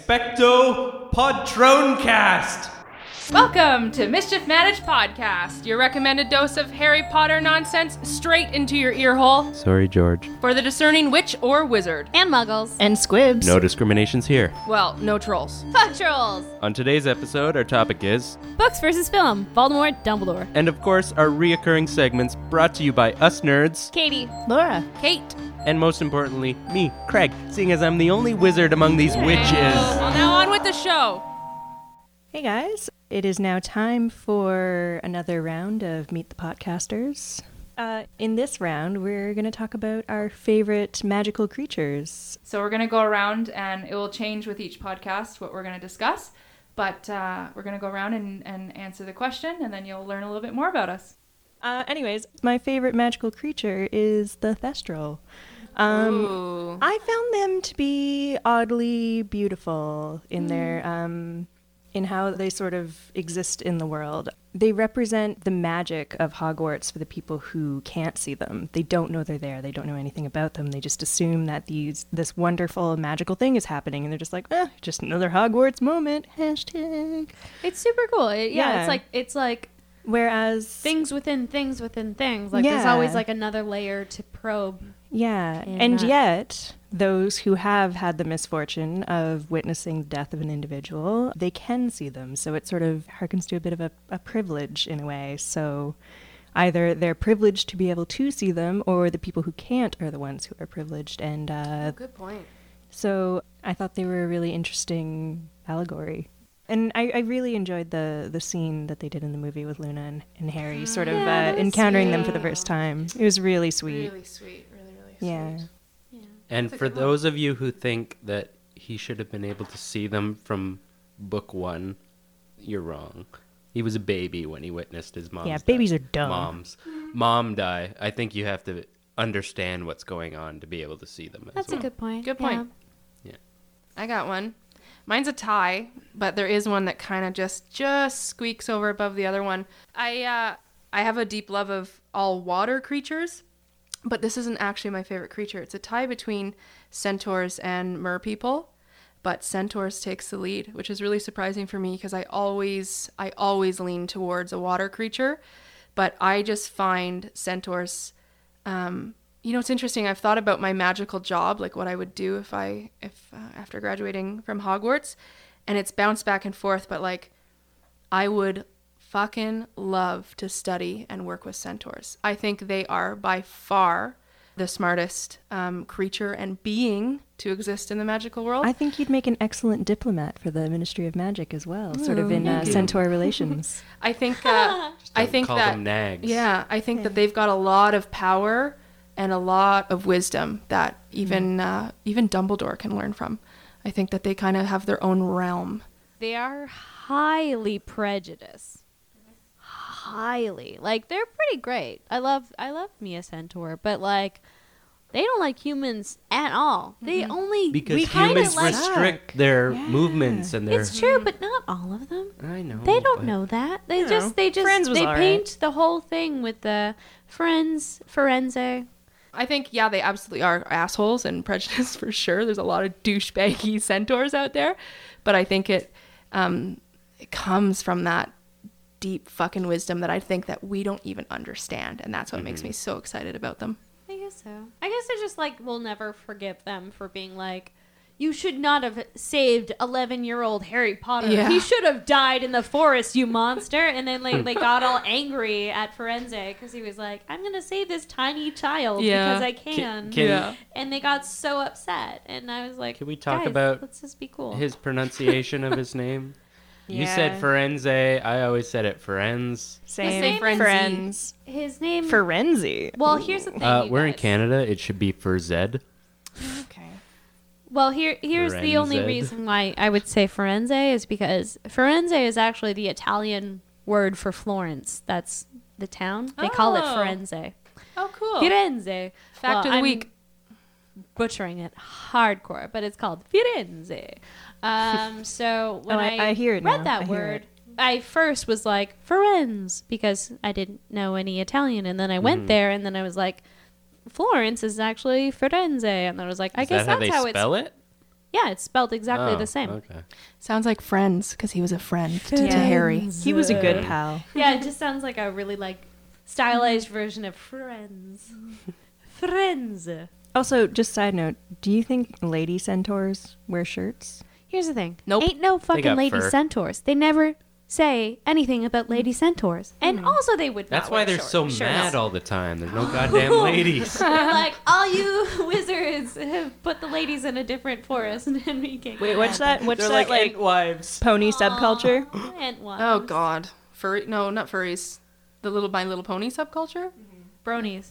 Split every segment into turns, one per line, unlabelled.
Expecto Podroncast!
Welcome to Mischief Managed Podcast, your recommended dose of Harry Potter nonsense straight into your earhole
Sorry, George.
for the discerning witch or wizard.
and muggles
and squibs.
No discriminations here.
Well, no trolls.
fuck trolls
On today's episode, our topic is,
books versus film voldemort dumbledore
and of course, our reoccurring segments brought to you by us nerds,
katie
Laura.
Kate.
and most importantly, me, Craig, seeing as I'm the only wizard among these witches.
Well, now on with the show.
Hey guys, it is now time for another round of Meet the Podcasters. Uh, in this round, we're going to talk about our favorite magical creatures.
So we're going to go around and it will change with each podcast what we're going to discuss. But uh, we're going to go around and, and answer the question and then you'll learn a little bit more about us.
Uh, anyways, my favorite magical creature is the Thestral. Um,
Ooh.
I found them to be oddly beautiful in their um, in how they sort of exist in the world. They represent the magic of Hogwarts for the people who can't see them. They don't know they're there. They don't know anything about them. They just assume that these this wonderful magical thing is happening, and they're just like, eh, just another Hogwarts moment. Hashtag.
it's super cool It- yeah,
Yeah.
it's like it's like
Whereas,
things within things within things like there's
Yeah.
always like another layer to probe
yeah,
And
and
that-
yet those who have had the misfortune of witnessing the death of an individual, they can see them. So it sort of harkens to a bit of a, a privilege in a way. So either they're privileged to be able to see them, or the people who can't are the ones who are privileged. And uh,
good point
so I thought they were a really interesting allegory. And I, I really enjoyed the, the scene that they did in the movie with Luna and, and Harry, sort of
Ah, Yeah,
uh,
that was
encountering them for the first time. It was really sweet.
sweet. Really, really
yeah.
And for those of you who think that he should have been able to see them from book one, you're wrong. He was a baby when he witnessed his mom.
Yeah, babies are dumb.
Moms, mom die. I think you have to understand what's going on to be able to see them. As
that's
well.
a good point
Good point. I got one. Mine's a tie, but there is one that kind of just just squeaks over above the other one. I uh, I have a deep love of all water creatures, but this isn't actually my favorite creature. It's a tie between centaurs and mer people, but centaurs takes the lead, which is really surprising for me because I always I always lean towards a water creature, but I just find centaurs um, you know it's interesting i've thought about my magical job like what i would do if i if uh, after graduating from hogwarts and it's bounced back and forth but like i would fucking love to study and work with centaurs i think they are by far the smartest um, creature and being to exist in the magical world
I think you'd make an excellent diplomat for the Ministry of Magic as well, sort of in uh, centaur relations.
I think uh, I
don't
think
call
that
them nags.
yeah, I think that they've got a lot of power and a lot of wisdom that even uh, even Dumbledore can learn from. I think that they kind of have their own realm.
they are highly prejudiced highly like they're pretty great i love i love mia centaur but like they don't like humans at all they only
Because
we kinda
humans
like
restrict their movements and their.
It's true, but not all of them.
I know.
They don't
but-
know that. They
You know,
just they just
Friends was
they
all right.
paint the whole thing with the friends forense.
I think yeah, they absolutely are assholes and prejudiced for sure. There's a lot of douchebaggy centaurs out there, but I think it um, it comes from that deep fucking wisdom that I think that we don't even understand, and that's what makes me so excited about them.
I guess so. I guess they're just like we'll never forgive them for being like, you should not have saved eleven-year-old Harry Potter.
Yeah.
He should have died in the forest, you monster. And then like they got all angry at Forense because he was like, I'm gonna save this tiny child
Yeah.
because I
Can,
can.
can,
Yeah.
and they got so upset, and I was like,
Can we talk
"Guys,
about
Let's just be cool.
his pronunciation of his name? You
Yeah.
said Forense. I always said it Forense.
Same
Let's say frenzy.
friends.
his name.
Forenzi.
Well, here's the thing.
Uh,
you
we're in
guys.
Canada. It should be Furzed.
Okay.
Well, here here's the only
Forenzed.
reason why I would say Firenze is because Firenze is actually the Italian word for Florence. That's the town. They call it
Oh.
Firenze.
Oh, cool!
Firenze.
Fact of the
I'm
week.
Butchering it hardcore, but it's called Firenze. Um, so when
Oh, I-
I,
I hear it
read
now.
that
I hear
word,
it.
I first was like Firenze because I didn't know any Italian, and then I
Mm-hmm.
went there, and then I was like, Florence is actually Firenze, and then I was like, I
Is
guess
that how
that's
they
how it's
spell it?
Yeah, it's spelled exactly
Oh,
the same.
Okay.
Sounds like friends because he was a friend to, to
Friends.
Harry.
He was a good
Yeah.
pal.
Yeah, it just sounds like a really like stylized version of Friends. Friends.
Also, just side note, do you think lady centaurs wear shirts?
Here's the thing.
Nope.
Ain't no fucking
got
lady
fur.
centaurs. They never say anything about
Mm-hmm.
lady centaurs. And also they would not
That's why
wear
they're
short-
so
shorts.
mad all the time. There's no goddamn ladies.
They're like, all you wizards have put the ladies in a different forest and we can't
Wait, what's that? What's
They're
that
like,
like,
ant wives.
pony subculture?
Ant ones.
Oh God, furry? No, not furries. The little My Little Pony subculture.
Bronies.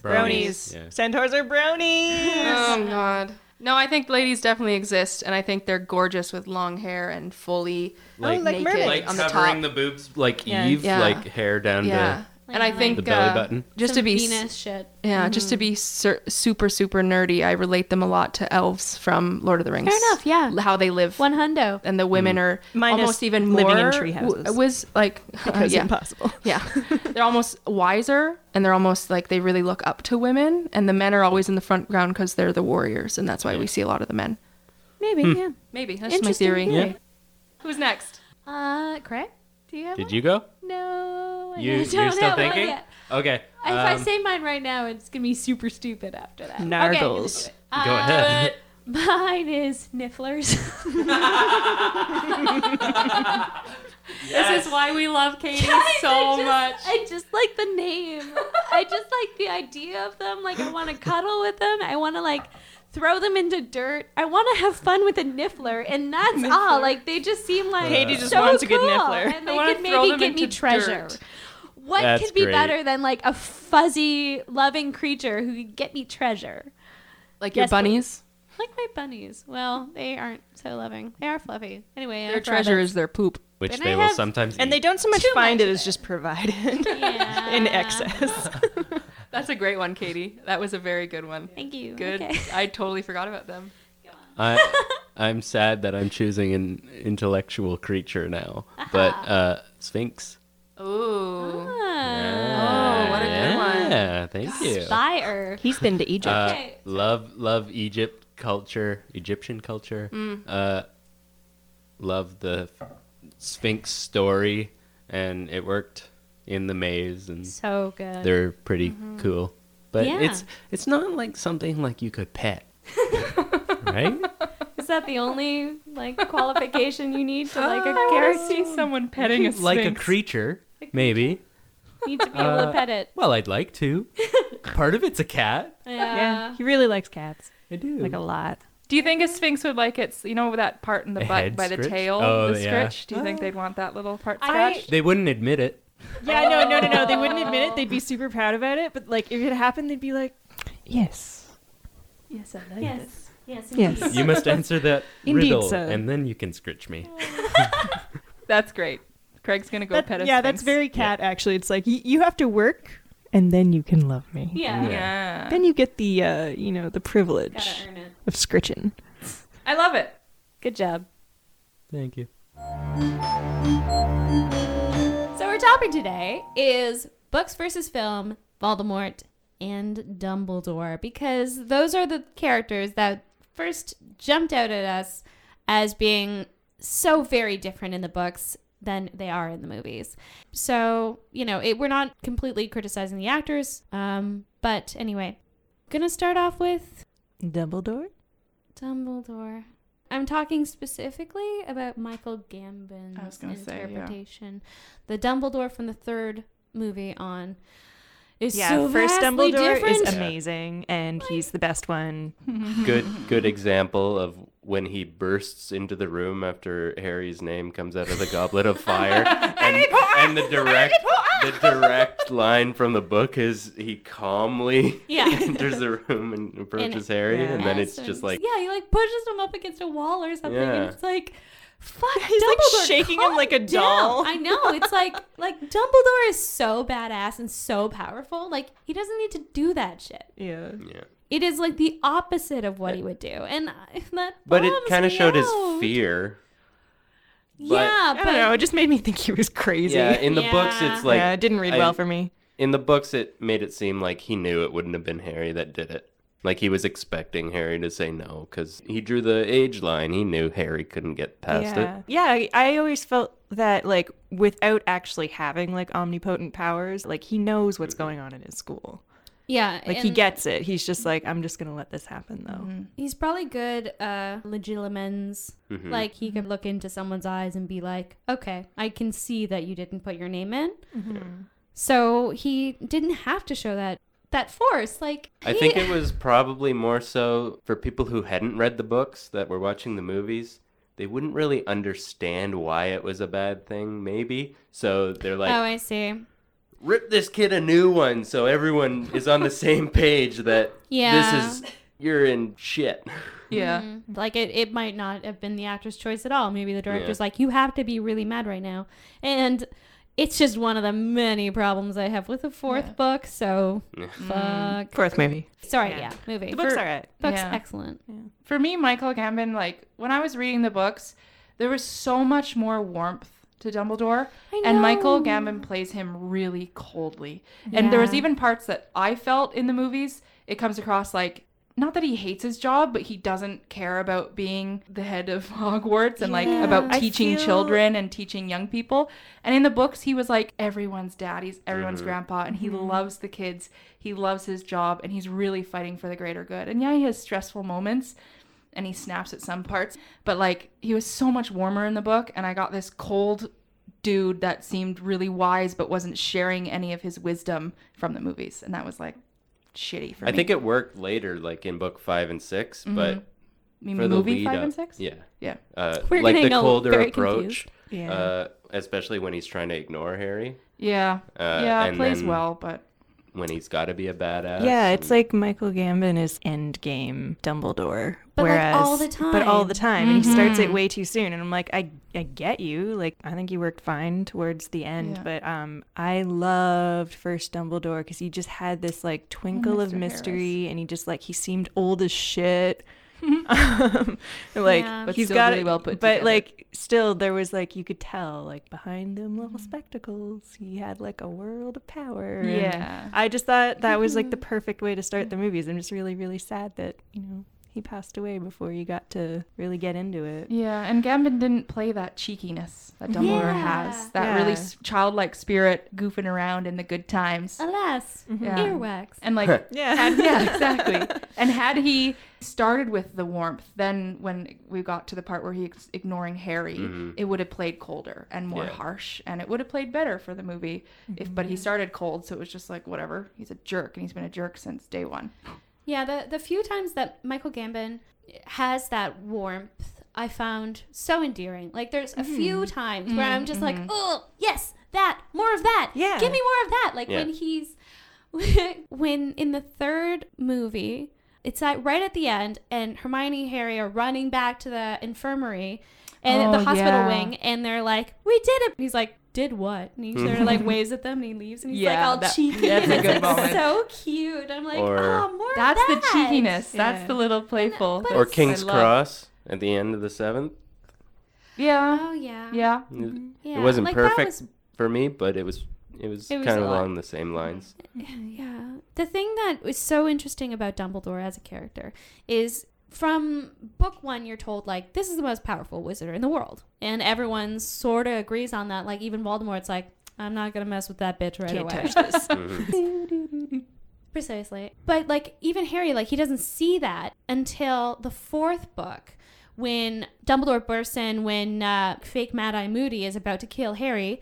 Bronies.
Bronies.
Yeah.
Centaurs are bronies.
Oh God. No, I think ladies definitely exist, and I think they're gorgeous with long hair and fully
Like,
like
naked
mermaids.
like
on the top.
covering the, boobs like
Yeah.
Eve,
Yeah.
like hair down
yeah, and I
Like
think
to uh, the belly
uh,
button.
just
Some
to be s-
Venus shit.
yeah, just to be sur- super super nerdy, I relate them a lot to elves from Lord of the Rings.
Fair enough, yeah.
L- How they live.
One hundo.
and the women are
Minus
almost even more
living in tree
w-
houses.
was like uh,
Because
yeah.
impossible.
Yeah. they're almost wiser and they're almost like they really look up to women. And the men are always in the front ground because they're the warriors. And that's why we see a lot of the men.
Maybe,
Hmm.
yeah.
Maybe. That's just my
Interesting
theory.
theory.
Who's next?
Uh, Craig, do you have
Did
one?
you go?
No. I
You,
don't
you're
have
still
one
thinking?
yet.
Okay.
If I
um,
say mine right now, it's gonna be super stupid after that. Okay,
Nargles.
let's do it.
Go
Uh,
ahead.
Mine is Nifflers.
This is why we love Katie
I
so
just-
much.
I just like the name. I just like the idea of them. Like I want to cuddle with them. I want to like throw them into dirt. I want to have fun with a Niffler, and that's all. Like they just seem like
Katie just
so
wants a good
cool,
Niffler.
and
I
they
wanna
could
throw
maybe
them
get me
into
treasure.
dirt.
What
That's
could be
great.
better than like a fuzzy, loving creature who could get me treasure?
Like
your
your
Yes,
bunnies.
Like my bunnies. Well, they aren't so loving. They are fluffy. Anyway,
Their treasure is their poop.
which
and
they
I
will
have-
sometimes
And
eat.
they don't so much Uh.
Too
find
much
it
of
as just provided
yeah.
in excess.
That's a great one, Katie. That was a very good one.
Thank you.
Good.
Okay.
I totally forgot about them.
I, I'm sad that I'm choosing an intellectual creature now, but uh, Sphinx.
Ooh.
Oh,
what a good one.
Yeah, thank you.
Fire.
He's been to Egypt.
Uh,
Okay.
love, love Egypt culture, Egyptian culture. Uh, love the Sphinx story, and it worked in the maze, and
So good.
they're pretty cool. But
Yeah.
it's it's not like something like you could pet, right?
Is that the only like qualification you need to like a character?
see someone petting a
like a creature, maybe.
Need to be
Uh,
able to pet it.
Well, I'd like to. Part of it's a cat.
Yeah.
yeah, he really likes cats,
I do.
like a lot.
Do you think a sphinx would like its, you know, that part in the
A
butt
head
by the
scritch?
tail,
Oh,
the
yeah.
scritch? Do you think they'd want that little part
I-
scratched?
They wouldn't admit it.
Yeah, no, no, no, no. They wouldn't admit it. They'd be super proud about it. But like, if it happened, they'd be like, "Yes, yes, I like
Yes. Yes.
Yes.
indeed.
You must answer that
Indeed,
riddle,
sir.
and then you can scritch me.
That's great. Craig's gonna go pet a
yeah,
sphinx.
that's very cat. Actually, it's like y- you have to work, and then you can love me.
Yeah.
Yeah.
Then you get the, uh, you know, the privilege
Gotta earn it.
of scritching.
I love it.
Good job.
Thank you.
So our topic today is books versus film, Voldemort and Dumbledore, because those are the characters that first jumped out at us as being so very different in the books than they are in the movies. So you know, it, we're not completely criticizing the actors, um, but anyway, gonna start off with
Dumbledore.
Dumbledore. I'm talking specifically about Michael Gambon's
I was gonna say, yeah.
interpretation. The Dumbledore from the third movie on is
Yeah,
so
first
vastly
Dumbledore
different.
is amazing, and he's the best one.
Good, good example of when he bursts into the room after Harry's name comes out of the goblet of fire, and, and the direct, the direct line from the book is he calmly
Yeah.
enters the room and approaches Harry,
Yeah.
and then
Yes,
it's just like
yeah, he like pushes him up against a wall or something,
Yeah.
and it's like. Fuck,
He's, like,
Dumbledore,
shaking him
calm
like a
down.
doll.
I know. It's like like Dumbledore is so badass and so powerful. Like he doesn't need to do that shit.
Yeah.
yeah.
It is like the opposite of what he would do, and I- that.
But it
bums
kind of
me
showed
out.
his fear.
yeah,
I
but
don't know. It just made me think he was crazy.
Yeah, in the books
Yeah.
it's like
yeah, it didn't read
I-
well for me.
in the books it made it seem like he knew it wouldn't have been Harry that did it.
Like he was expecting Harry to say no because he drew the age line. He knew Harry couldn't get past
yeah.
it.
Yeah, I, I always felt that like without actually having like omnipotent powers, like he knows what's going on in his school.
Yeah.
Like he
and
gets it. He's just like, I'm just gonna let this happen though.
He's probably good uh legilimens. Like he could look into someone's eyes and be like, "Okay, I can see that you didn't put your name in." So he didn't have to show that that force. Like
I
he-
think it was probably more so for people who hadn't read the books that were watching the movies. They wouldn't really understand why it was a bad thing, maybe. So they're like,
Oh, I see.
rip this kid a new one so everyone is on the same page that
Yeah.
this is, you're in shit.
Yeah.
Mm-hmm.
Like it, it might not have been the actor's choice at all. Maybe the director's
Yeah.
like, you have to be really mad right now. And it's just one of the many problems I have with the fourth book. So
Yeah.
fuck.
Fourth movie.
Sorry,
Yeah.
yeah, movie.
Mm. The book's
For-
alright.
Book's
Yeah.
excellent.
For me, Michael Gambon, like when I was reading the books, there was so much more warmth to Dumbledore,
I
and Michael
know.
Gambon plays him really coldly. And there was
Yeah.
even parts that I felt in the movies. It comes across like not that he hates his job, but he doesn't care about being the head of Hogwarts and like about
I
teaching
feel-
children and teaching young people. And in the books, he was like everyone's daddy's, everyone's
Mm-hmm.
grandpa, and he
Mm-hmm.
loves the kids. He loves his job, and he's really fighting for the greater good. And yeah, he has stressful moments, and he snaps at some parts. But like he was so much warmer in the book, and I got this cold dude that seemed really wise but wasn't sharing any of his wisdom from the movies, and that was like shitty for
I
me.
think it worked later, like in book five and 6 but
I mean,
for the
movie
lead
five
up,
and six.
yeah,
yeah.
uh,
We're
like
getting
the
all
colder
very
approach,
Yeah.
uh, especially when he's trying to ignore Harry,
Yeah,
Uh,
yeah,
and
plays
then-
well, but
when he's got to be a badass.
Yeah, it's like Michael Gambon is endgame Dumbledore.
But, like,
whereas,
all the
But
time.
all
Mm-hmm.
the time. And he starts it way too soon. And I'm like, I, I get you. Like, I think you worked fine towards the end.
Yeah.
But um, I loved first Dumbledore because he just had this like twinkle of
Mr. Harris.
mystery. And he just like, he seemed old as shit. um, like
Yeah.
But
he's
still
got
really
it-
well put
but
together.
like still there was like you could tell like behind them little
Mm-hmm.
spectacles he had like a world of power and
Yeah.
I just thought that was like the perfect way to start the movies. I'm just really, really sad that, you know, he passed away before you got to really get into it.
yeah, and Gambon didn't play that cheekiness that Dumbledore
Yeah.
has, that
Yeah.
really s- childlike spirit, goofing around in the good times,
Oh, Alas,
Yeah.
earwax.
and like
Yeah.
had, yeah, exactly. And had he started with the warmth, then when we got to the part where he's ignoring Harry, it would have played colder and more
Yeah.
harsh, and it would have played better for the movie. If but he started cold, so it was just like whatever. He's a jerk, and he's been a jerk since day one.
Yeah, the the few times that Michael Gambon has that warmth, I found so endearing. Like there's a few
Mm-hmm.
times where I'm just like, oh yes, that more of that.
Yeah.
give me more of that. Like
Yeah.
when he's when in the third movie. It's at, right at the end, and Hermione and Harry are running back to the infirmary and
Oh,
the hospital
yeah.
wing, and they're like, "We did it." He's like, "Did what?" And he sort of like waves at them, and he leaves, and he's
Yeah,
like all
that-
cheeky.
that's
and
a
it's
good
like
moment.
so cute. I'm like,
Or-
"Oh, more of
That's the
that."
cheekiness.
Yeah.
That's the little playful.
but
or
it's-
King's
I love-
Cross at the end of the seventh.
Yeah.
Oh yeah.
Yeah.
It-
Yeah,
It wasn't
like, that
perfect
was-
for me, but it was it was
It was
kind of
a lot.
along the same lines.
Yeah. The thing that was so interesting about Dumbledore as a character is from book one, you're told, like, this is the most powerful wizard in the world. And everyone sort of agrees on that. Like, even Voldemort's like, I'm not going to mess with that bitch right
Can't
away.
touch this.
Mm-hmm.
Precisely. But like even Harry, like he doesn't see that until the fourth book when Dumbledore bursts in when uh, fake Mad Eye Moody is about to kill Harry.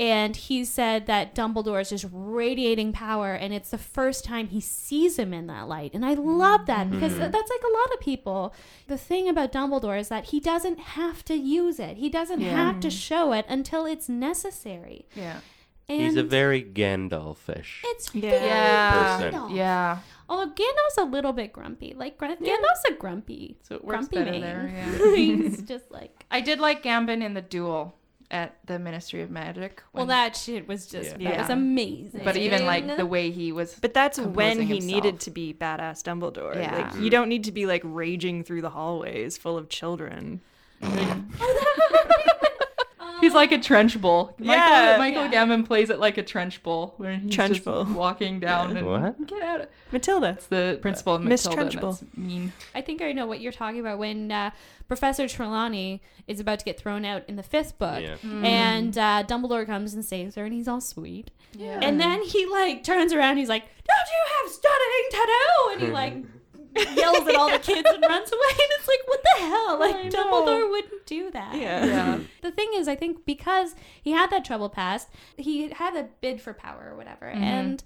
And he said that Dumbledore is just radiating power, and it's the first time he sees him in that light. And I love
Mm-hmm.
that because th- that's like a lot of people. The thing about Dumbledore is that he doesn't have to use it, he doesn't have to show it until it's necessary.
Yeah.
And
He's a very Gandalfish.
it's
Yeah.
very
Yeah.
Gandalf.
Yeah.
Although Gandalf's a little bit grumpy. Like Gr- Gandalf's a grumpy.
So it works
grumpy
better
man.
there,
He's just like.
I did like Gambon in the duel at the Ministry of Magic.
Well,
when-
that shit was just
Yeah.
that was amazing.
But even like the way he was.
But that's when
Composing
he
himself.
needed to be badass Dumbledore.
Yeah.
Like you don't need to be like raging through the hallways full of children.
he's like a trench bowl.
Um, Yeah.
Michael, Michael Gambon plays it like a trench bowl, where he's
Trench
just
bowl.
walking down and
What?
get out. of-"
Matilda.
It's the principal of
Miss
Matilda. and
Trench Bowl.
that's Mean.
I think I know what you're talking about when uh, Professor Trelawney is about to get thrown out in the fifth book,
Yeah.
and uh, Dumbledore comes and saves her, and he's all sweet.
Yeah.
And then he like turns around, and he's like, "Don't you have studying to do?" And he like yells at all the kids and runs away. And it's like, what the hell? Like Dumbledore wouldn't do that.
Yeah.
Yeah.
The thing is, I think because he had that trouble past, he had a bid for power or whatever, and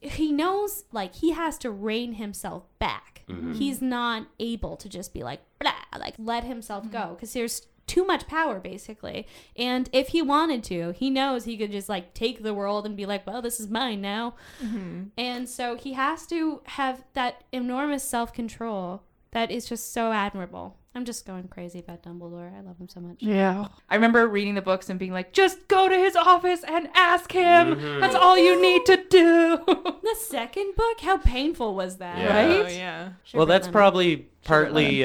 he knows like he has to rein himself back. He's not able to just be like blah, like let himself
Mm-hmm.
go because there's too much power basically. And if he wanted to, he knows he could just like take the world and be like, well, this is mine now.
Mm-hmm.
And so he has to have that enormous self control that is just so admirable. I'm just going crazy about Dumbledore. I love him so much.
Yeah. I remember reading the books and being like, just go to his office and ask him.
Mm-hmm.
That's all you need to do.
The second book? How painful was that?
Yeah.
Right?
Oh, yeah.
Well, that's
Sugarland.
probably partly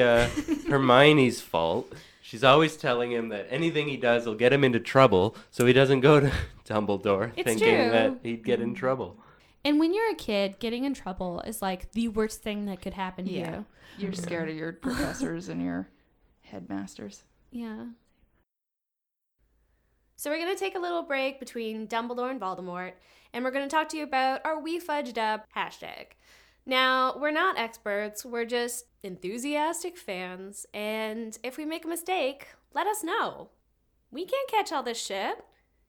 uh, Hermione's fault. She's always telling him that anything he does will get him into trouble, so he doesn't go to Dumbledore
It's
thinking
true.
that he'd get in trouble.
And when you're a kid, getting in trouble is like the worst thing that could happen to
Yeah.
you.
You're scared of your professors and your headmasters.
Yeah.
So we're going to take a little break between Dumbledore and Voldemort, and we're going to talk to you about our We Fudged Up hashtag. Now, we're not experts, we're just enthusiastic fans, and if we make a mistake, let us know. We can't catch all this shit.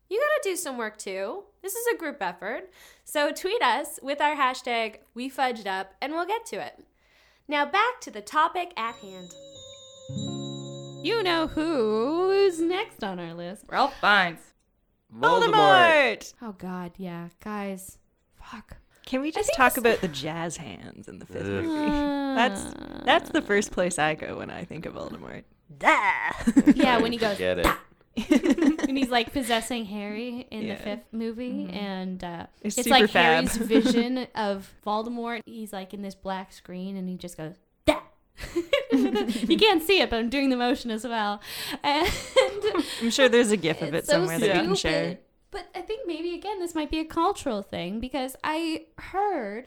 You gotta do some work too. This is a group effort. So tweet us with our hashtag We Fudged Up, and we'll get to it. Now, back to the topic at hand.
You know who's next on our list.
Ralph Fiennes.
Voldemort!
Oh, God. Yeah. Guys. Fuck.
Can we just
think
talk
this-
about the jazz hands in the fifth
Ugh.
movie? That's that's the first place I go when I think of Voldemort.
Yeah, when he goes,
Get it.
when he's like possessing Harry in
Yeah.
the fifth movie, and uh,
It's
it's,
super
like
fab.
Harry's vision of Voldemort. He's like in this black screen, and he just goes, "Dah." you can't see it, but I'm doing the motion as well. And
I'm sure there's a gif of it
it's so
somewhere that we can share.
stupid. But I think maybe again this might be a cultural thing because I heard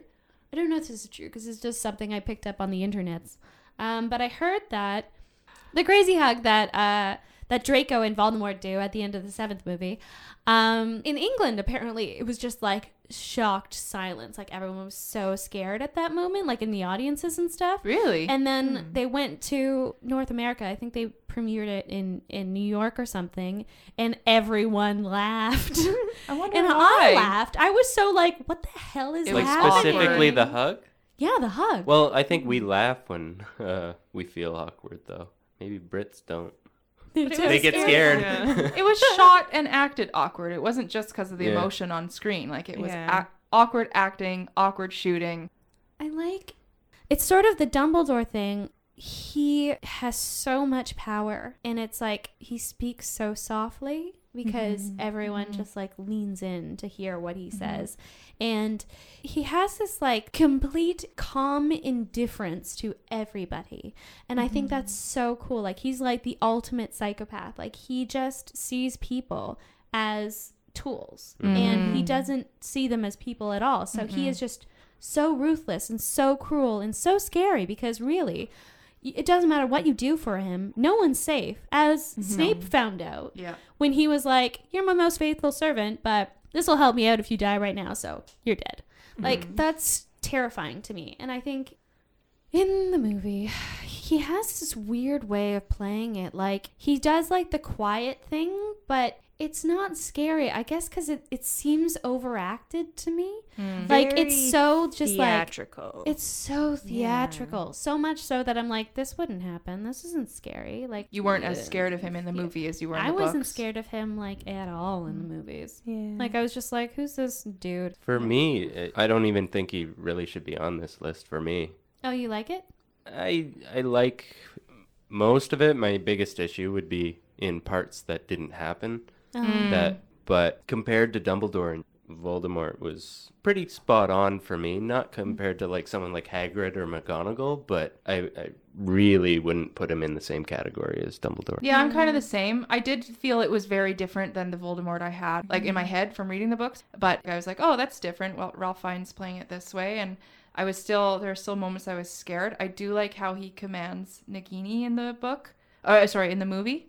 I don't know if this is true because it's just something I picked up on the internets. Um, but I heard that the crazy hug that uh, that Draco and Voldemort do at the end of the seventh movie um, in England apparently it was just like shocked silence like everyone was so scared at that moment like in the audiences and stuff
Really?
and then
Hmm.
they went to North America. I think they premiered it in, in New York or something, and everyone laughed.
I wonder
and
why.
I laughed. I was so like, what the hell is
It
Like
was
happening?
specifically the hug?
yeah, the hug.
Well, I think we laugh when uh, we feel awkward, though. Maybe Brits don't. They get scared.
it was shot and acted awkward. It wasn't just because of the
Yeah.
emotion on screen. Like it was
Yeah.
ac awkward acting, awkward shooting.
I like it's sort of the Dumbledore thing. He has so much power, and it's like he speaks so softly because everyone just like leans in to hear what he says. And he has this like complete calm indifference to everybody. And I think that's so cool. Like he's like the ultimate psychopath. Like he just sees people as tools and he doesn't see them as people at all. So he is just so ruthless and so cruel and so scary because really y- it doesn't matter what you do for him no one's safe as snape found out
Yeah.
when he was like you're my most faithful servant but this will help me out if you die right now so you're dead like that's terrifying to me and i think in the movie he has this weird way of playing it like he does like the quiet thing but it's not scary i guess because it, it seems overacted to me
Hmm.
like
Very
it's so just like
theatrical.
it's so theatrical, so much so that I'm like, this wouldn't happen. This isn't scary. Like uh,
You weren't as scared of him in the movie as you were. In
I
the
wasn't
books. Mm.
scared of him like at all in the movies.
Yeah.
Like I was just like, who's this dude?
For me, I I don't even think he really should be on this list for me.
Oh, you like it?
I I like most of it. My biggest issue would be in parts that didn't happen. That but compared to Dumbledore and Voldemort was pretty spot on for me. Not compared to like someone like Hagrid or McGonagall, but I, I really wouldn't put him in the same category as Dumbledore.
Yeah, I'm
Mm-hmm.
kind of the same. I did feel it was very different than the Voldemort I had, like in my
Mm-hmm.
head from reading the books. But I was like, oh, that's different. Well, Ralph Fiennes playing it this way, and I was still there are still moments I was scared. I do like how he commands Nagini in the book. Oh, sorry, in the movie.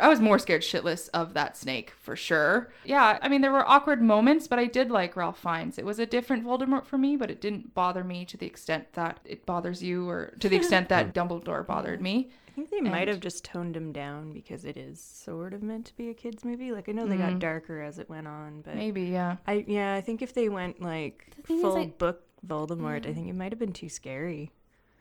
I was more scared shitless of that snake for sure. Yeah, I mean there were awkward moments, but I did like Ralph Fiennes. It was a different Voldemort for me, but it didn't bother me to the extent that it bothers you, or to the extent that Dumbledore bothered me.
I think they might have just toned him down because it is sort of meant to be a kids movie. Like I know they
Mm-hmm.
got darker as it went on, but
Maybe, yeah.
I yeah, I think if they went like
thing is,
full
like- mm.
book Voldemort, I think it might have been too scary.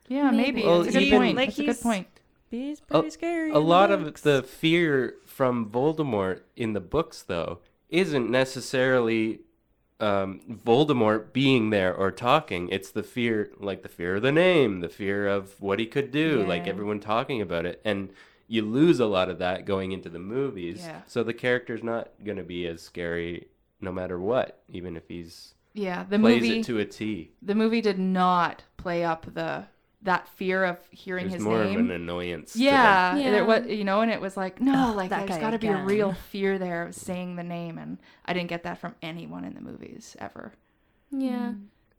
Yeah, maybe.
Well,
That's a good
even-
point.
like
That's a good
he's-
point.
He's
A-
pretty scary.
A lot of the fear from Voldemort in the books, though, isn't necessarily um, Voldemort being there or talking. It's the fear, like the fear of the name, the fear of what he could do, like
Yeah.
everyone talking about it. And you lose a lot of that going into the movies.
Yeah.
So the character's not going to be as scary no matter what, even if he's
Yeah, the
plays
movie
it to a T.
the movie did not play up the that fear of hearing
It's
his
more of
name.
an annoyance. to them.
yeah,
them.
there
Yeah.
was you know, and it was like no, like
that
there's
guy
got to be a
again.
real fear there of saying the name, and I didn't get that from anyone in the movies ever.
Yeah.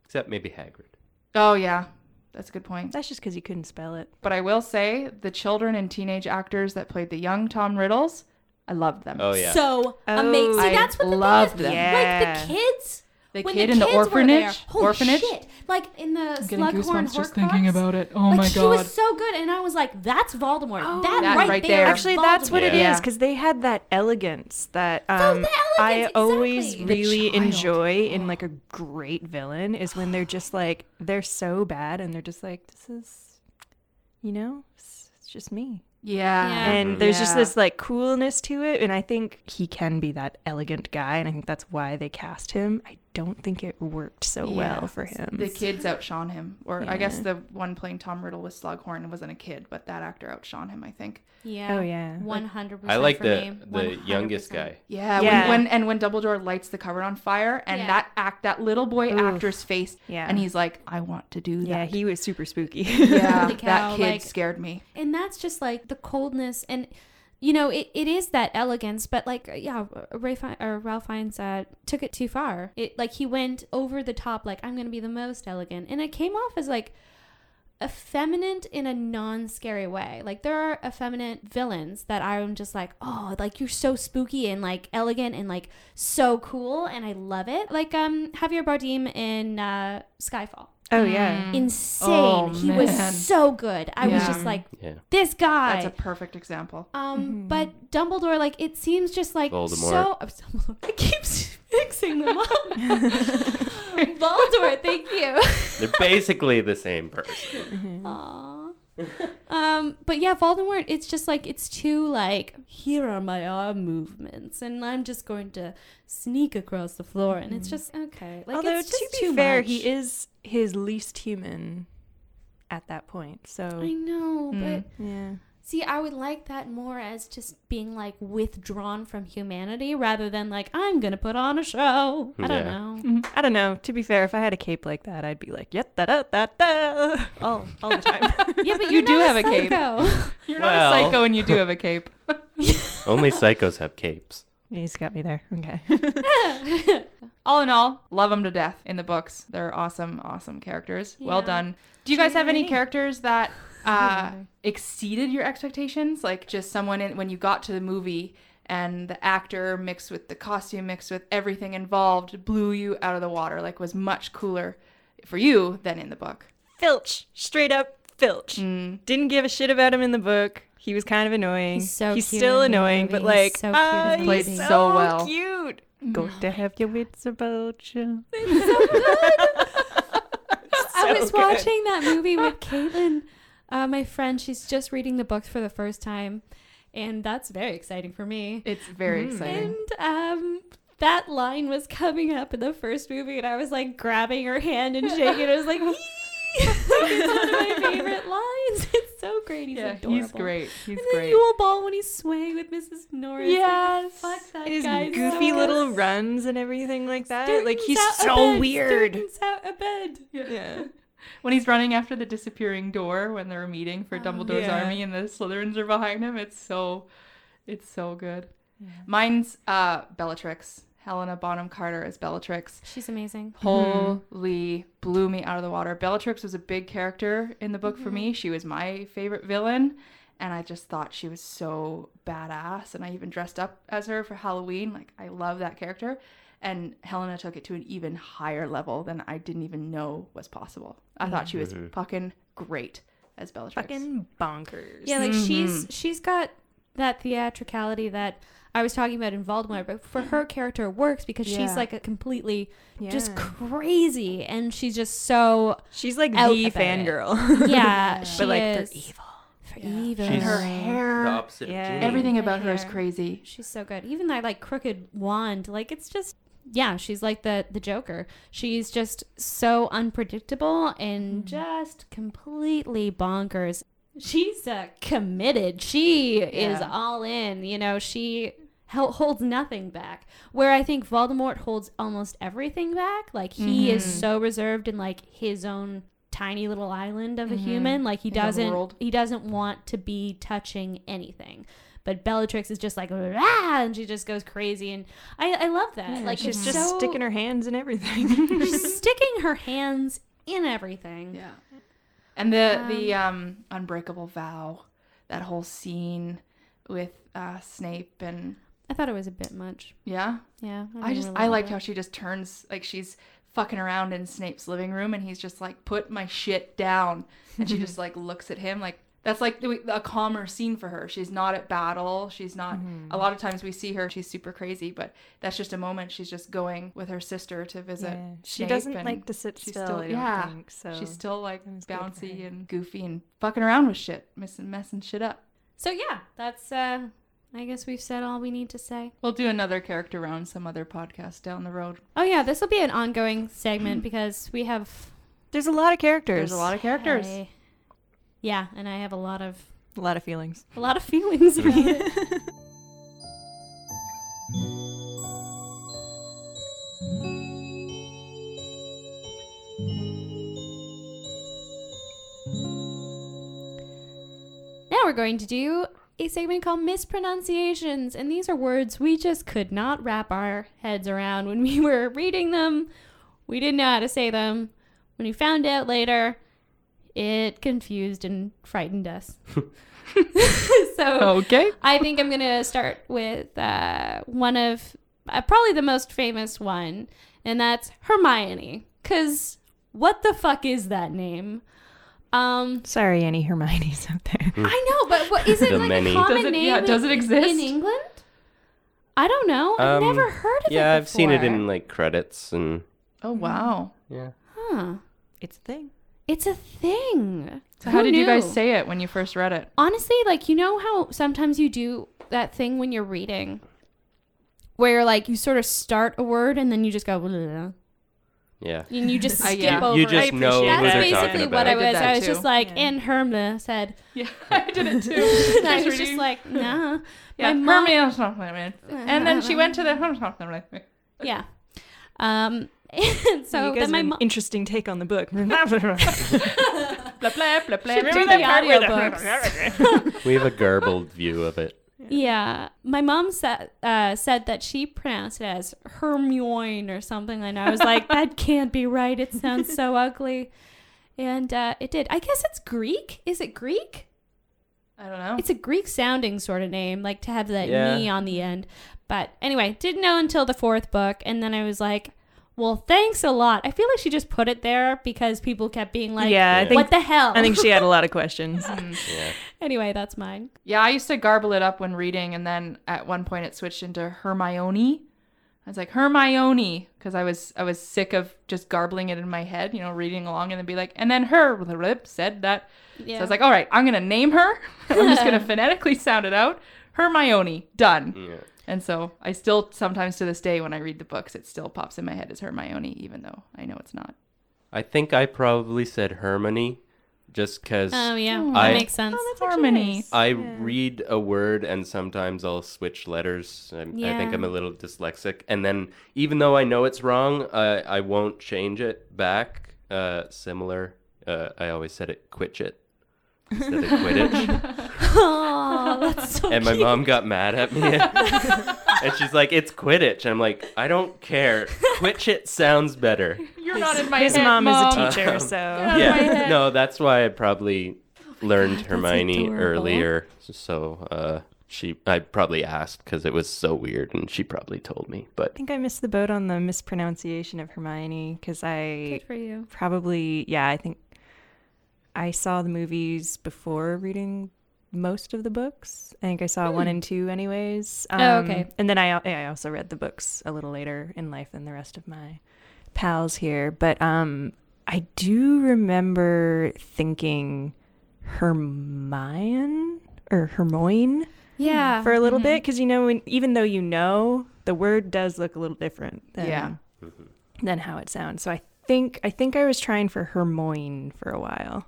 Except maybe Hagrid.
Oh yeah, that's a good point.
That's just because you couldn't spell it.
But I will say the children and teenage actors that played the young Tom Riddles, I loved them.
Oh, yeah.
So amazing.
Oh,
See,
I
that's what the
loved
thing is.
them.
Like
Yeah.
the kids.
The
when
kid in the
kids were there,
orphanage-
Holy
orphanage.
shit! Like in the
getting
Slughorn
goosebumps just thinking
Horcrux.
about it. Oh
like,
my
He
God. Oh,
was so good, and I was like, "That's Voldemort. that,
that
right,
right
there.
there.
is
Actually, that's what it
Yeah.
is because they had that elegance that um,
the
I
elegance,
always
exactly. The
really
child.
enjoy in like a great villain is when they're just like they're so bad and they're just like this is, you know, it's, it's just me.
Yeah.
Yeah.
And there's just
Yeah.
this like coolness to it, and I think he can be that elegant guy, and I think that's why they cast him. I don't think it worked so
Yeah.
well for him.
The kids outshone him, or I guess the one playing Tom Riddle with Slughorn wasn't a kid, but that actor outshone him, I think.
Yeah.
Oh, yeah.
One hundred percent.
I like
for
the, the
me.
youngest
100%.
guy.
Yeah,
Yeah.
When, when and when Dumbledore lights the cupboard on fire, and
Yeah.
that act, that little boy actor's face,
Yeah.
and he's like, "I want to do
yeah,
that."
he was super spooky.
yeah,
Holy cow,
that kid
like-
scared me.
and that's just like the coldness and you know it, it is that elegance but like uh, yeah Ray Fi- or Ralph Fiennes uh, took it too far it like he went over the top like I'm gonna be the most elegant and it came off as like effeminate in a non-scary way like there are effeminate villains that I'm just like oh like you're so spooky and like elegant and like so cool and I love it like um Javier Bardem in uh, Skyfall
oh
Hmm.
yeah,
Mm-hmm.
insane
Oh,
he was
man.
so good I was
Yeah.
just like
Yeah.
this guy
That's a perfect example.
um,
Mm-hmm.
but Dumbledore, like it seems just like so.
Voldemort.
Oh, Dumbledore. I keep mixing them up. Voldemort, thank you.
They're basically the same person.
Aw. um, but yeah, Voldemort. It's just like it's too like here are my arm movements, and I'm just going to sneak across the floor, and it's just okay. Like
Mm. Although
it's just
to be
too
fair,
much.
he is his least human at that point.
I
So
know,
Mm.
but
yeah,
See, I would like that more as just being like withdrawn from humanity rather than like, I'm going to put on a show. I don't
Yeah.
know.
I don't know. To be fair, if I had a cape like that, I'd be like, yep, da da da da, all all the time.
Yeah, but
You
you're
do
not
have a cape.
psycho.
You're
Well-
not a psycho, and you do have a cape.
Only psychos have capes.
He's got me there. Okay.
all in all, love them to death in the books. They're awesome, awesome characters. Well
Yeah.
done. Do you guys have any characters that uh, exceeded your expectations? Like just someone in, when you got to the movie and the actor mixed with the costume, mixed with everything involved, blew you out of the water. Like was much cooler for you than in the book.
Filch, straight up Filch. Didn't give a shit about him in the book. He was kind of annoying.
He's so
Mm. He's
cute
still
in the
annoying,
movie.
but
He's
like,
so cute in the
ah,
movie.
he's
Played
so,
so well.
cute. Going to have your wits about you.
I was watching that movie with Caitlin, uh, my friend. She's just reading the books for the first time. And that's very exciting for me.
It's very
Mm-hmm.
exciting.
And um, that line was coming up in the first movie, and I was like grabbing her hand and shaking. it. I was like, "Yee!" Like, it's one of my favorite is. It's so great. He's
yeah,
adorable.
he's great. He's
and
great.
then Yule Ball when he's swaying with Mrs. Norris.
Yes.
Like, fuck that
His
guy's
goofy
so
little
good.
runs and everything like that. like
Sturton's
he's
out a
so
bed.
weird.
Sturton's out a bed.
Yeah.
when he's running after the disappearing door when they're meeting for Dumbledore's
Yeah.
army and the Slytherins are behind him. It's so, it's so good. Mine's uh Bellatrix. Helena Bonham Carter as Bellatrix.
She's amazing.
Mm-hmm. Holy blew me out of the water. Bellatrix was a big character in the book for me. She was my favorite villain, and I just thought she was so badass. And I even dressed up as her for Halloween. Like I love that character. And Helena took it to an even higher level than I didn't even know was possible. I thought she was fucking great as Bellatrix.
Fucking bonkers.
Yeah, like she's
Mm-hmm.
she's got that theatricality that I was talking about in Voldemort, but for her character it works because she's
Yeah.
like a completely just
Mm-hmm. Yeah.
crazy and she's just so
She's like
out
the
about it.
fangirl.
yeah, she
but like
is
they're evil.
for evil.
She's
her
the
hair,
opposite
Yeah.
of Jane.
everything
Her
about her is
hair.
crazy.
She's so good. Even that like crooked wand, like it's just yeah, she's like the the Joker. She's just so unpredictable and
Mm-hmm.
just completely bonkers. She's uh, committed. She is
Yeah.
all in. You know, she hel- holds nothing back. Where I think Voldemort holds almost everything back. Like he is
Mm-hmm.
so reserved in like his own tiny little island of a human. Like he
His own
doesn't
Mm-hmm. world.
he doesn't want to be touching anything. But Bellatrix is just like "Rah!" and she just goes crazy, and I, I love that. like
she's
it's
just
so-
sticking her hands in everything.
she's sticking her hands in everything.
Yeah. And the the um unbreakable vow, that whole scene with uh Snape and
I thought it was a bit much.
yeah.
Yeah,
I
didn't
just
really
I liked
it.
how she just turns like she's fucking around in Snape's living room and he's just like put my shit down and she just like looks at him like that's like the, a calmer scene for her. She's not at battle. She's not.
Mm-hmm.
A lot of times we see her. She's super crazy, but that's just a moment. She's just going with her sister to visit.
Yeah. She
Snape,
doesn't
and
like to sit
she's
still,
still-
I don't
yeah.
think, so
She's still like
that was good for
bouncy
her.
and goofy and fucking around with shit, messing messing shit up.
So yeah, that's. uh I guess we've said all we need to say.
We'll do another character round some other podcast down the road.
Oh yeah, this will be an ongoing segment because we have
There's a lot of characters.
There's a lot of characters.
I- yeah, and I have a lot of
a lot of feelings.
a lot of feelings about it. Now we're going to do a segment called mispronunciations, and these are words we just could not wrap our heads around when we were reading them. We didn't know how to say them. When we found out later, it confused and frightened us. so
Oh.
Okay.
I think I'm gonna start with uh, one of uh, probably the most famous one, and that's Hermione. Cause what the fuck is that name? Um,
Sorry, any Hermione's out there.
I know, but what is it
The
like
many.
a common
Does it-
name?
yeah, does it
in- in
exist?
England? I don't know. I've
Um,
never heard of it.
Yeah, I've seen it
before.
in like credits and
Oh
Mm-hmm.
wow.
yeah.
Huh.
It's a thing.
It's a thing.
So how
Who
did you guys
knew?
say it when you first read it?
honestly, like you know how sometimes you do that thing when you're reading, where you're like you sort of start a word and then you just go, blah, blah, blah,
Yeah.
and you just
Uh,
skip
yeah.
over.
You
it.
just
appreciate
know
That's
who
that.
they're
basically
talking
what
about.
I
I did
was.
that
I was just
too.
like, and Hermla said,
Yeah, I did it too.
and I
Just
was just
reading.
like, nah. my
yeah,
mom-
Hermione something. And then she went to the something.
Yeah. Um. And so
you guys
then my
have an
mom.
interesting take on the book.
Blah blah blah blah.
do the audiobooks.
We have a garbled view of it.
Yeah, my mom said uh, said that she pronounced it as Hermione or something, and I was like, that can't be right. It sounds so ugly, and uh, it did. I guess it's Greek. Is it Greek?
I don't know.
It's a Greek sounding sort of name, like to have that
Yeah.
me on the end. But anyway, didn't know until the fourth book, and then I was like, well, thanks a lot. I feel like she just put it there because people kept being like,
yeah, I
Yeah.
think
what the hell?
I think she had a lot of questions.
anyway, that's mine.
Yeah, I used to garble it up when reading, and then at one point it switched into Hermione. I was like Hermione because I was I was sick of just garbling it in my head, you know, reading along and then be like, and then her with a lip said that. So I was like, all right, I'm gonna name her. I'm just gonna phonetically sound it out. Hermione, done.
Yeah.
And so I still sometimes to this day when I read the books, it still pops in my head as Hermione, even though I know it's not.
I think I probably said Hermione just because
Oh yeah,
I-
that makes sense.
Harmony.
I read a word and sometimes I'll switch letters. I, I think
Yeah.
I'm a little dyslexic. And then even though I know it's wrong, I, I won't change it back. Uh, similar. Uh, I always said it quitch it instead of quidditch.
Oh, that's so
and my mom got mad at me. and she's like, it's quidditch. I'm like, I don't care. Quitch it sounds better.
You're not in my
His
head,
mom is a
Mom.
teacher,
Um,
so
out of my
yeah.
head.
No, that's why I probably learned Hermione
adorable.
earlier. So uh, she, I probably asked because it was so weird, and she probably told me.
I
But
think I missed the boat on the mispronunciation of Hermione because I
Good for you.
probably yeah I think I saw the movies before reading most of the books. I think I saw one and two anyways. Um,
Oh, okay.
And then I al- I also read the books a little later in life than the rest of my pals here, but um I do remember thinking Hermione or Hermione
Yeah.
for a
Mm-hmm.
little bit because you know when, even though you know the word does look a little different than,
Yeah.
Mm-hmm.
than how it sounds so i think i think i was trying for hermione for a while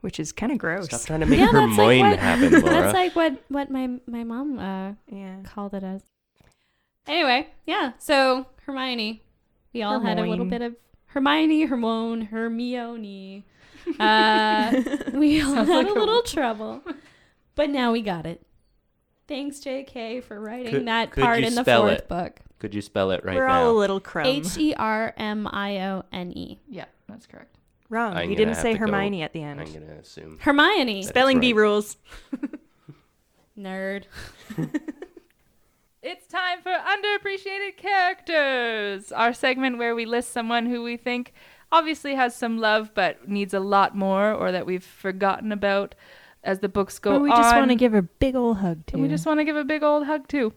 which is kind of gross
stop trying to make
yeah,
her
that's like
moin
what-
happen, Laura.
That's like what what my my mom uh,
yeah
called it as. Anyway, yeah. So Hermione, we all had a little
Hermoine.
bit of Hermione, Hermone, Hermione. Uh, we all had a little trouble, but now we got it. Thanks, J.K., for writing
Could-
that
could
part
you
in the
spell
fourth
it?
book.
Could you spell it right
we're
now?
all a little crumb
H e r m i o n e.
Yeah, that's correct.
wrong
I'm
you
gonna
didn't
have
say
to go-
hermione at the
I'm
end
gonna assume.
Hermione.
That's
spelling bee
right.
rules
Nerd.
It's time for underappreciated characters, our segment where we list someone who we think obviously has some love but needs a lot more or that we've forgotten about as the books go
we
on.
just want to give a big old hug to
And we just want to give a big old hug too.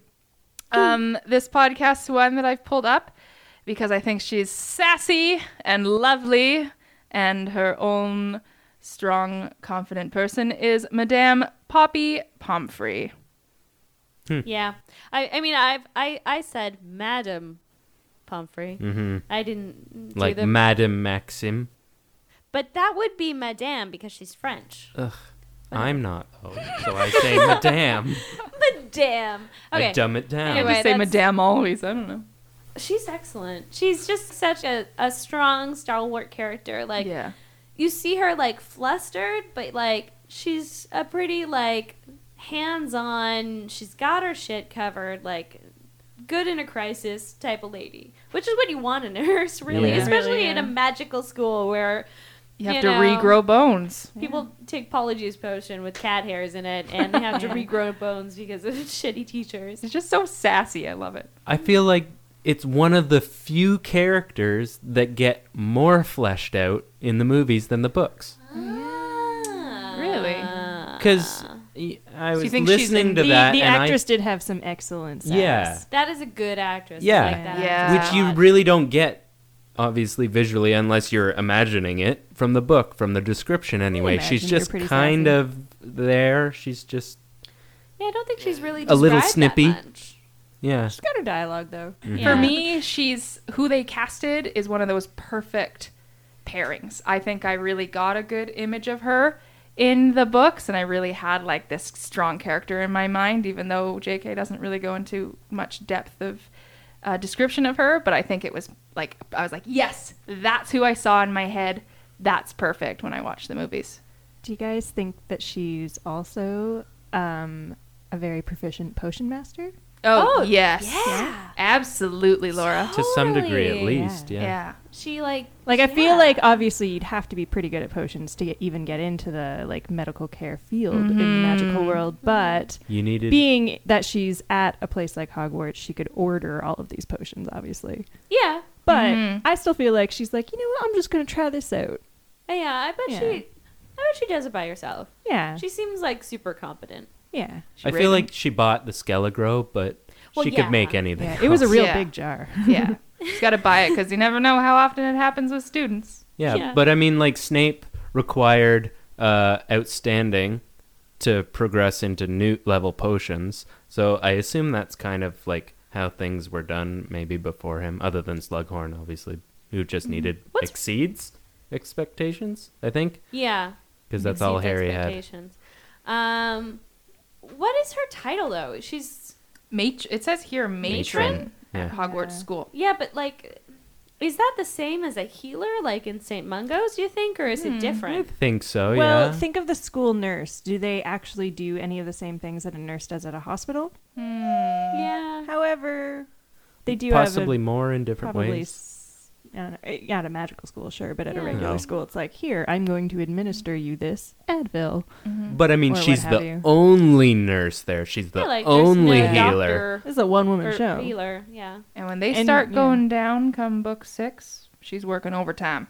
Um, this podcast one that I've pulled up because I think she's sassy and lovely and her own strong, confident person is Madame Poppy Pomfrey.
Yeah. I, I mean, I've, I, I said Madam Pomfrey.
Mm-hmm.
I didn't do
Like
the.
Madame Maxim.
but that would be Madame because she's French.
I'm not, though. So I say Madame.
Madame. Okay.
I dumb it down.
Anyway.
I say
that's-
Madame always. I don't know.
She's excellent. She's just such a, a strong, stalwart character. Like,
yeah.
you see her, like, flustered, but, like, she's a pretty, like, hands on, she's got her shit covered, like, good in a crisis type of lady, which is what you want in a nurse, really,
Yeah.
especially
Really, yeah.
in a magical school where
You have
You
to
know.
regrow bones.
People take Polyjuice potion with cat hairs in it, and they have to regrow bones because of shitty teachers.
It's just so sassy. I love it.
I feel like it's one of the few characters that get more fleshed out in the movies than the books.
Really?
Because I was
you think she's
listening
in
to
the,
that,
the
and I,
actress did have some excellent sass.
yeah,
That is a good actress. I
Yeah.
like that
Yeah.
actress
which
a
you
lot.
really don't get, obviously visually, unless you're imagining it from the book, from the description. Anyway, she's
imagine you're
just
pretty
kind
sassy.
of there. She's just
Yeah, I don't think she's really
A little
described that
snippy.
much.
yeah.
got her dialogue though
Mm-hmm.
For me, she's who they casted is one of those perfect pairings. I think I really got a good image of her in the books, and I really had like this strong character in my mind, even though JK doesn't really go into much depth of uh, description of her. But I think it was like, I was like, yes, that's who I saw in my head. That's perfect when I watch the movies.
Do you guys think that she's also um, a very proficient potion master?
Oh, yes.
yeah.
Absolutely, Laura.
to some degree at
Totally,
least yeah,
yeah.
She like
Like, I
Yeah.
feel like obviously you'd have to be pretty good at potions to get, even get into the like medical care field in the magical world. But
you needed
being that she's at a place like Hogwarts, she could order all of these potions, obviously.
yeah
But I still feel like she's like, you know what? I'm just gonna try this out.
yeah. I bet
Yeah.
she. I bet she does it by herself.
Yeah,
She seems like super competent.
yeah,
i feel like she bought the skelegro but
Well,
she
yeah.
could make anything
yeah. It was a
else.
real
Yeah.
big jar.
Yeah. She's got to buy it because you never know how often it happens with students.
yeah,
yeah.
but i mean like snape required uh outstanding to progress into new level potions so i assume that's kind of like how things were done maybe before him other than slughorn
Mm-hmm.
obviously who just needed
What's-
exceeds expectations i think
Yeah.
because that's all
exceeds
Harry had.
expectations. Um, what is her title though? She's
Mat- it says here matron, at
Yeah.
Hogwarts School.
yeah, but like, is that the same as a healer, like in St. Mungo's? Do you think, or
Hmm.
is it different?
Think so,
well,
Oh, yeah.
think of the school nurse. Do they actually do any of the same things that a nurse does at a hospital?
Yeah,
However, they do
Possibly
have
more in
a,
different
probably.
ways.
s- I don't know. eh, Yeah, at a magical school, sure, but at a regular
No.
school, it's like, here, I'm going to administer you this Advil.
But I mean,
or what
she's
have
the
you.
only nurse there. She's the
Yeah, like, there's
only
no
healer.
doctor
This is a one-woman
or
show.
healer. Yeah,
And when they
And-
start
yeah.
going down, come book six, she's working overtime.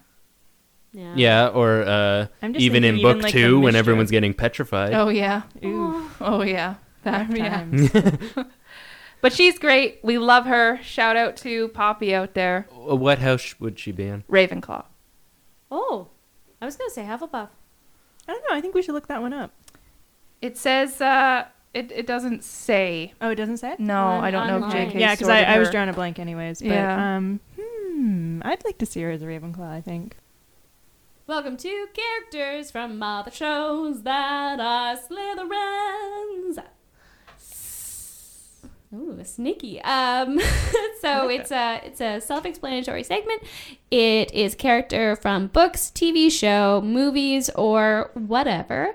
yeah.
Yeah, or uh,
I'm just
even in
thinking
book
even, like, the
two, when
mixture.
everyone's getting petrified.
Oh yeah,
Ooh,
oh yeah, that
rough
yeah.
times.
But she's great. We love her. Shout out to Poppy out there,
Oh.
Uh, What house would she be in?
Ravenclaw.
Oh, I was gonna say Hufflepuff.
I don't know. I think we should look that one up.
It says uh, it it doesn't say.
Oh, it doesn't say. It?
No,
On-
I don't know
online.
if JK.
Yeah, because
because
I, I was drawing a blank anyways. But,
Yeah.
Um, hmm, I'd like to see her as a Ravenclaw. I think.
Welcome to characters from other shows that are Slytherins. Ooh, sneaky. Um, so it's a it's a self-explanatory segment. It is character from books, TV show, movies, or whatever.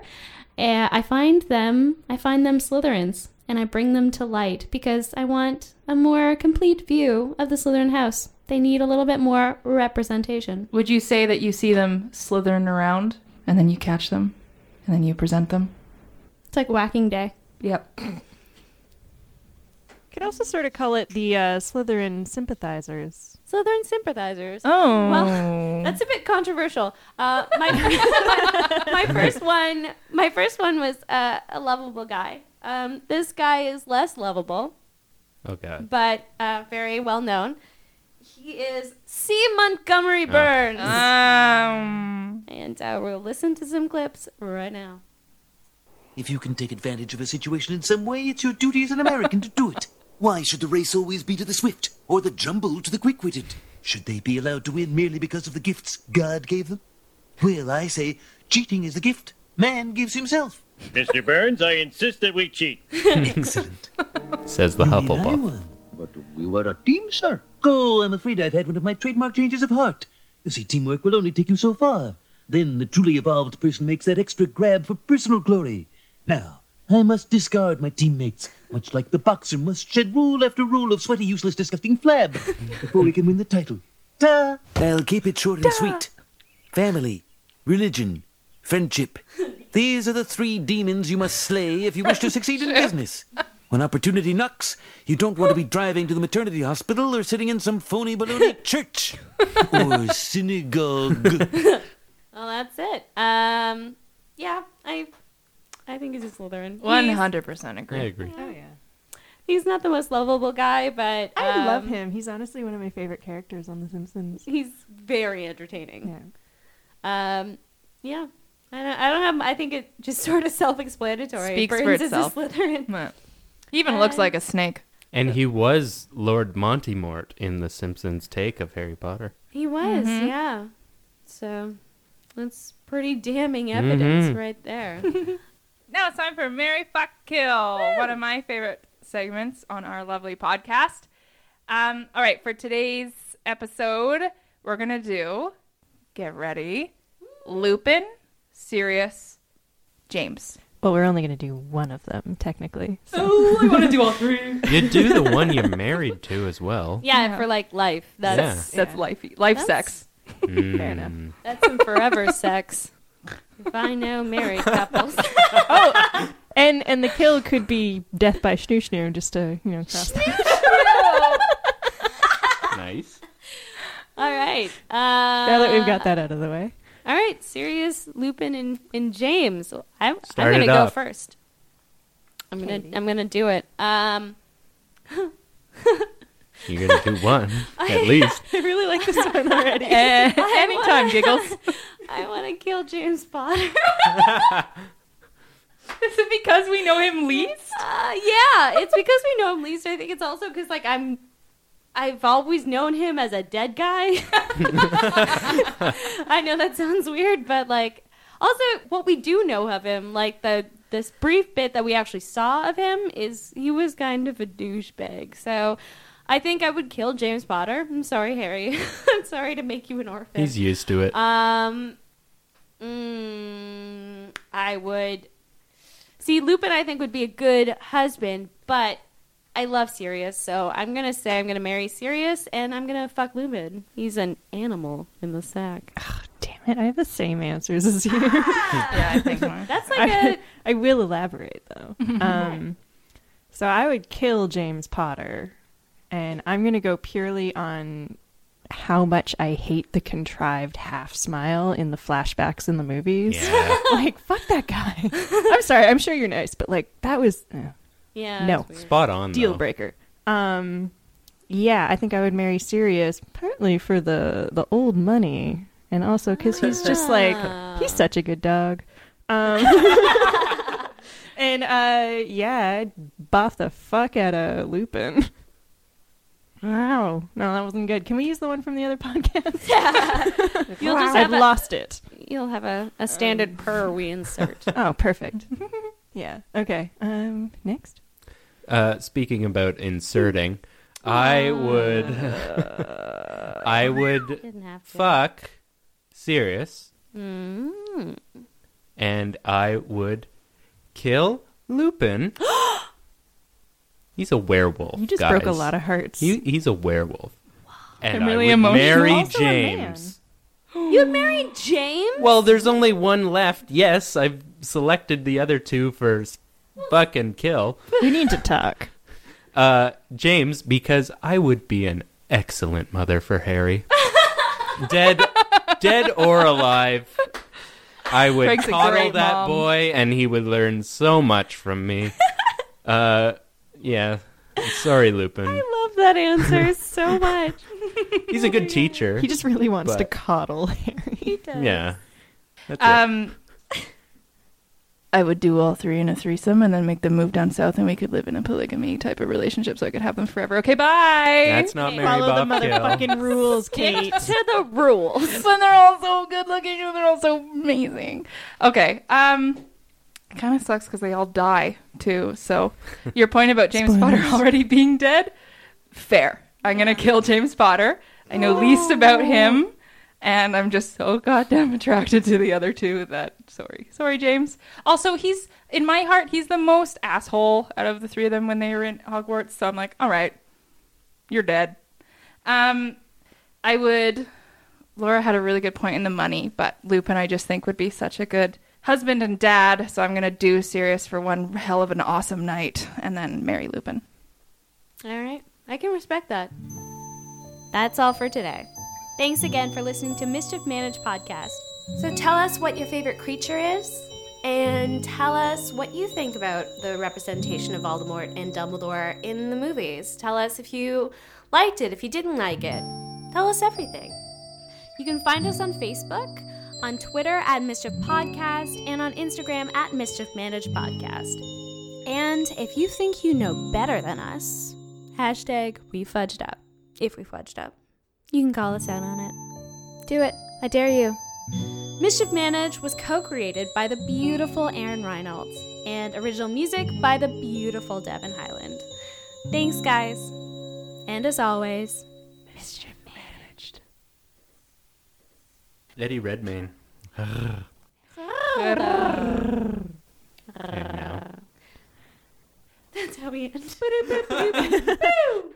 Uh, I find them I find them Slytherins, and I bring them to light because I want a more complete view of the Slytherin house. They need a little bit more representation.
Would you say that you see them slithering around and then you catch them and then you present them?
It's like Whacking Day.
Yep.
Could also sort of call it the uh, Slytherin sympathizers.
Southern sympathizers.
Oh.
Well, that's a bit controversial. Uh, my, my first one, my first one was uh, a lovable guy. Um, this guy is less lovable,
Oh God,
but uh, very well known. He is C. Montgomery Burns,
um.
and uh, we'll listen to some clips right now.
If you can take advantage of a situation in some way, it's your duty as an American to do it. Why should the race always be to the swift, or the jumble to the quick witted? Should they be allowed to win merely because of the gifts God gave them? Well, I say, cheating is the gift man gives himself.
Mr. Burns, I insist that we cheat.
Excellent.
says the
You mean I
Hufflepuff.
won. But we were a team, sir. Go, I'm afraid I've had one of my trademark changes of heart. You see, teamwork will only take you so far. Then the truly evolved person makes that extra grab for personal glory. Now, I must discard my teammates, much like the boxer must shed rule after rule of sweaty, useless, disgusting flab before he can win the title. Ta! I'll keep it short and sweet. Family, religion, friendship. These are the three demons you must slay if you wish to succeed in business. When opportunity knocks, you don't want to be driving to the maternity hospital or sitting in some phony baloney church or synagogue.
Well, that's it. Um, yeah, I, I think he's a Slytherin.
One
He's-
hundred percent
I
agree.
agree.
Oh yeah,
He's not the most lovable guy, but
I love
um,
him. He's honestly one of my favorite characters on The Simpsons.
He's very entertaining.
Yeah.
Um, yeah. I don't, I don't have. I think it just sort of self-explanatory.
Speaks for
Burns
itself.
Is a Slytherin.
But He even looks like a snake.
And he was Lord Montemort in the Simpsons take of Harry Potter.
He was, yeah. So that's pretty damning evidence
Mhm.
right there.
Now it's time for Mary Fuck Kill, one of my favorite segments on our lovely podcast. Um, all right, for today's episode, we're going to do get ready Lupin, Sirius, James.
Well, we're only gonna do one of them technically. So.
You do the one you're married to as well.
yeah, for like life. That's
That's life, life
That's-
sex.
Fair enough.
that's some forever sex. If I know married couples.
Oh, And and the kill could be death by schnoo schnoo, just to you know cross.
Nice.
All right. Uh,
now that we've got that out of the way.
All right, Sirius, Lupin, and, and James. I'm, I'm
Start
gonna
it
go
up.
first. I'm gonna I'm gonna do it. Um,
You're gonna do one at least.
I really like this one already.
Eh,
Anytime, giggles.
I want to kill James Potter.
Is it because we know him least?
Uh, yeah, it's because we know him least. I think it's also because like I'm, I've always known him as a dead guy. I know that sounds weird, but like
Also, what we do know of him, like the this brief bit that we actually saw of him, is he was kind of a douchebag. So, I think I would kill James Potter. I'm sorry, Harry. I'm sorry to make you an orphan.
He's used to it.
Uh,
Um, mm, I would see Lupin. I think would be a good husband, but I love Sirius, so I'm gonna say I'm gonna marry Sirius, and I'm gonna fuck Lupin. He's an animal in the sack.
Damn it, I have the same answers as you. yeah,
I think more.
That's like a
I, I will elaborate though. Um, so I would kill James Potter, and I'm gonna go purely on how much I hate the contrived half smile in the flashbacks in the movies.
Yeah.
like fuck that guy. I'm sorry. I'm sure you're nice, but like that was eh,
yeah.
No.
that's weird.
Spot on.
deal
though.
breaker. Um, yeah, I think I would marry Sirius partly for the the old money, and also because he's
Ah.
just like he's such a good dog. Um, and uh, yeah, I'd buff the fuck out of Lupin. Wow, no, that wasn't good. Can we use the one from the other podcast?
You'll just
I've
have a,
lost it.
you'll have a, a standard purr we insert.
Oh, perfect. yeah. Okay. Um, next.
Uh, speaking about inserting, I would, I would
Didn't have to.
fuck Sirius,
Mm.
and I would kill Lupin. he's a werewolf.
You just
guys.
broke a lot of hearts.
He, he's a werewolf. And
I'm really
I would
emotional.
marry
You're also a man.
James.
You'd marry James?
Well, there's only one left. Yes, I've selected the other two for s- fuck and kill.
we need to talk.
uh, James because I would be an excellent mother for Harry. dead, dead or alive, I would
Craig's a
coddle
great
that
mom.
boy, and he would learn so much from me. uh, yeah. Sorry, Lupin.
love that answer so much.
He's a good teacher.
He just really wants to
But-
coddle Harry.
yeah. That's it.
Um, I would do all three in a threesome and then make them move down south and we could live in a polygamy type of relationship so I could have them forever. Okay, bye.
That's not Mary
Follow the
Bob Kill.
motherfucking rules, Kate.
to the rules.
when they're all so good looking and they're all so amazing. Okay. Um it kind of sucks cuz they all die too. So your point about James Potter already being dead fair. I'm going to kill James Potter. I know least about him and I'm just so goddamn attracted to the other two that sorry. Sorry James. Also, he's in my heart he's the most asshole out of the three of them when they were in Hogwarts, so I'm like, all right. You're dead. Um I would Laura had a really good point in the money, but Lupin I just think would be such a good husband and dad. So I'm gonna do Sirius for one hell of an awesome night, and then marry Lupin.
All right. I can respect that.
That's all for today. Thanks again for listening to Mischief Managed Podcast. So tell us what your favorite creature is, and tell us what you think about the representation of Voldemort and Dumbledore in the movies. Tell us if you liked it, if you didn't like it. Tell us everything. You can find us on Facebook, on Twitter at Mischief Podcast, and on Instagram at Mischief Managed Podcast. And if you think you know better than us, hashtag we fudged up. If we fudged up, you can call us out on it. Do it. I dare you. Mischief Managed was co created by the beautiful Aaron Reynolds and original music by the beautiful Devin Highland. Thanks, guys. And as always, Mischief Managed.
Eddie Redmayne. And now.
That's how we end.